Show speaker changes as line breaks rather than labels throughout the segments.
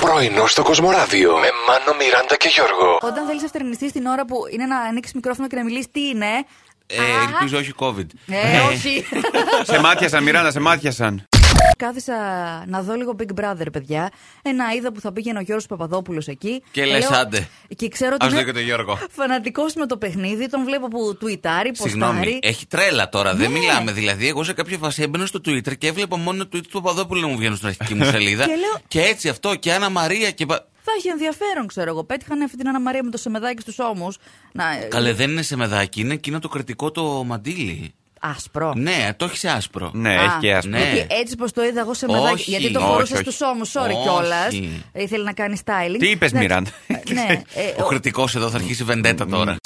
Πρωινό στο Κοσμοράδιο με Μάνο, Μιράντα και Γιώργο.
Όταν θέλεις αυτερνιστή την ώρα που είναι να ανοίξεις μικρόφωνο και να μιλήσεις, τι είναι.
Ε,
Α,
ελπίζω όχι COVID.
Ε, όχι.
σε μάτιασαν, Μιράντα, σε μάτιασαν.
Κάθισα να δω λίγο Big Brother, παιδιά. Ένα είδα που θα πήγαινε ο Γιώργος Παπαδόπουλος εκεί. Ε,
Και
λέω-
λες, άντε.
Και ξέρω ότι.
Ας δω
είναι
και τον Γιώργο.
Φανατικός με το παιχνίδι, τον βλέπω που τουιτάρει,
Συγγνώμη, ε.
ποστάρει.
έχει τρέλα τώρα. Δεν
Ναι.
μιλάμε. Δηλαδή, εγώ σε κάποια φάση έμπαινα στο Twitter και έβλεπα μόνο tweet του Παπαδόπουλου να μου βγαίνουν στην αρχική μου σελίδα.
Και λέω-
και έτσι αυτό και Άννα Μαρία και. πα-
Θα έχει ενδιαφέρον, ξέρω εγώ. Πέτυχαν αυτή την Αναμαρία με το σεμεδάκι στους ώμους. Να... ε,
Καλέ, δεν είναι σε μεδάκι, είναι εκείνο το κρατικό το μαντίλι.
Άσπρο.
Ναι, το έχεις σε άσπρο.
Ναι,
Α,
έχει και άσπρο.
ναι.
γιατί έτσι πως το είδα εγώ σε
Όχι.
μεδάκι. Γιατί το
Όχι,
φορούσε
όχι.
στου ώμους, sorry
Όχι.
κιόλας. Ήθελε να κάνει styling.
Τι είπες,
Εντάξει.
Μιράντα?
Ε, Ναι, ε,
Ο
ο-
κριτικός εδώ θα αρχίσει βεντέτα τώρα.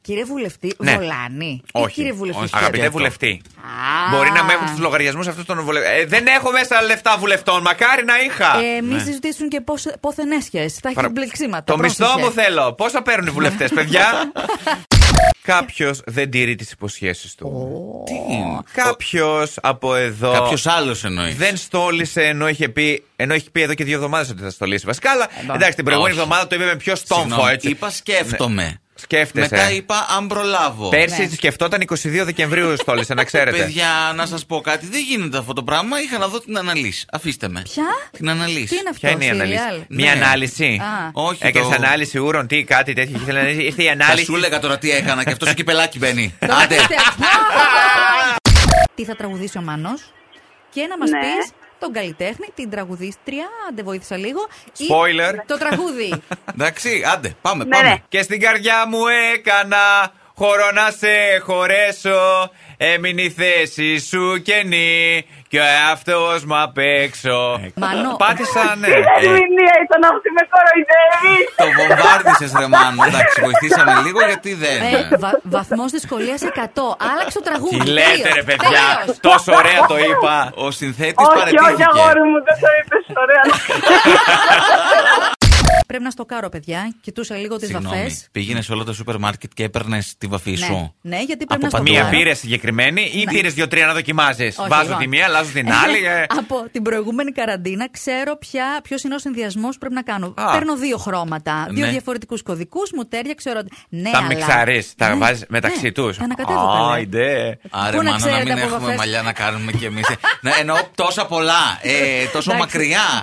Κύριε Βουλευτή,
Ναι.
Βολάνη. Ή
Όχι,
Ε, Κύριε Βουλευτή,
όχι.
Αγαπητέ
Σκέτο.
βουλευτή.
Α.
Μπορεί να με έχουν του λογαριασμούς αυτούς των βουλευτών. Ε, δεν έχω μέσα λεφτά βουλευτών. Μακάρι να είχα.
Ε, μη συζητήσουν και πώς, πόθεν έσχες. Θα έχει
ναι. Παρα-
μπλεξίματα.
Το μισθό
πρόσεξε.
μου θέλω. Πόσα παίρνουν οι βουλευτές, παιδιά. Κάποιος δεν τηρεί τις υποσχέσεις του.
Τι.
Κάποιος από εδώ.
Κάποιος άλλος εννοείς.
Δεν στόλισε ενώ είχε πει, ενώ είχε πει εδώ και δύο εβδομάδες ότι θα στολίσει. Βασικά, αλλά εντάξει, την προηγούμενη
Όχι.
εβδομάδα το είπε με πιο στόμφο,
Συγγνώμη,
έτσι. Ναι.
είπα σκέφτομαι.
Σκέφτεσαι.
Μετά είπα αν προλάβω.
Πέρσι
Ναι.
σκεφτόταν 22 Δεκεμβρίου στόλισε, να ξέρετε.
Παιδιά, να σας πω κάτι. Δεν γίνεται αυτό το πράγμα. Είχα να δω την αναλύση. Αφήστε με.
Ποια?
Την αναλύση.
Τι είναι αυτό,
Ποια είναι η ανάλυση.
σιριάλ?
Μία
Ναι.
ανάλυση.
Α.
Όχι
Έκανες
το-
ανάλυση ούρων, τι, κάτι τέτοιο. και Ήθελε να ήρθε η
Θα
ανάλυση.
σου έλεγα τώρα τι έκανα και αυτός εκεί πελάκι μπαίνει.
Ναι.
Το
Άντε.
ακούστε. Τι θα τραγουδήσει ο Μάνος και να μας
Ναι.
πεις τον καλλιτέχνη, την τραγουδίστρια, αν δεν βοήθησα λίγο. ή
Spoiler.
Το τραγούδι.
Εντάξει, άντε, πάμε,
Ναι, ναι.
πάμε.
Και στην καρδιά μου έκανα χώρο να σε χωρέσω. Έμεινε η θέση σου καινή και ο εαυτός μου απ' έξω.
Ε,
Μάνο.
Πάτησα, ναι.
Τι ερμηνεία ήταν αυτή με κοροϊδεύει.
Το βομβάρδισες, ρε Μάνο. Εντάξει, βοηθήσαμε λίγο γιατί δεν.
ε, βα, βαθμός δυσκολίας 100. Άλλαξε το τραγούδι.
ναι. Τι λέτε ρε
Τέλειος.
παιδιά,
Τέλειος.
τόσο ωραία το είπα.
Ο συνθέτης
Όχι, όχι, αγόρι
παρετήθηκε.
μου, δεν το είπες ωραία.
Πρέπει να στοκάρω, παιδιά. Κοιτούσα λίγο τις
Συγγνώμη.
βαφές.
Πήγαινε σε όλο το σούπερ μάρκετ και έπαιρνες τη βαφή
Ναι.
σου.
ναι, γιατί
Από
πρέπει να
παντού.
στοκάρω.
Μία πήρε συγκεκριμένη ή πήρες δύο-τρία να δοκιμάζεις.
Ναι. Όχι,
Βάζω
λοιπόν.
τη μία, αλλάζω την άλλη. ε.
Από την προηγούμενη καραντίνα ξέρω ποιος είναι ο συνδυασμός που πρέπει να κάνω.
Α.
Παίρνω δύο χρώματα, δύο
Ναι.
διαφορετικούς κωδικούς, μου τέριαξε. Ξέρω... ότι- Ναι,
Τα
αλλά-
μιξαρείς, τα
Ναι,
βάζεις
ναι,
μεταξύ τους.
Τα ανακατεύω καλά.
Άιντε.
Πού
Άρε,
να
Μάνο, να
ξέρετε
μην
από
έχουμε
βαφές.
μαλλιά να κάνουμε κι εμείς. Εννοώ τόσα πολλά, ε, τόσο
Εντάξει.
μακριά.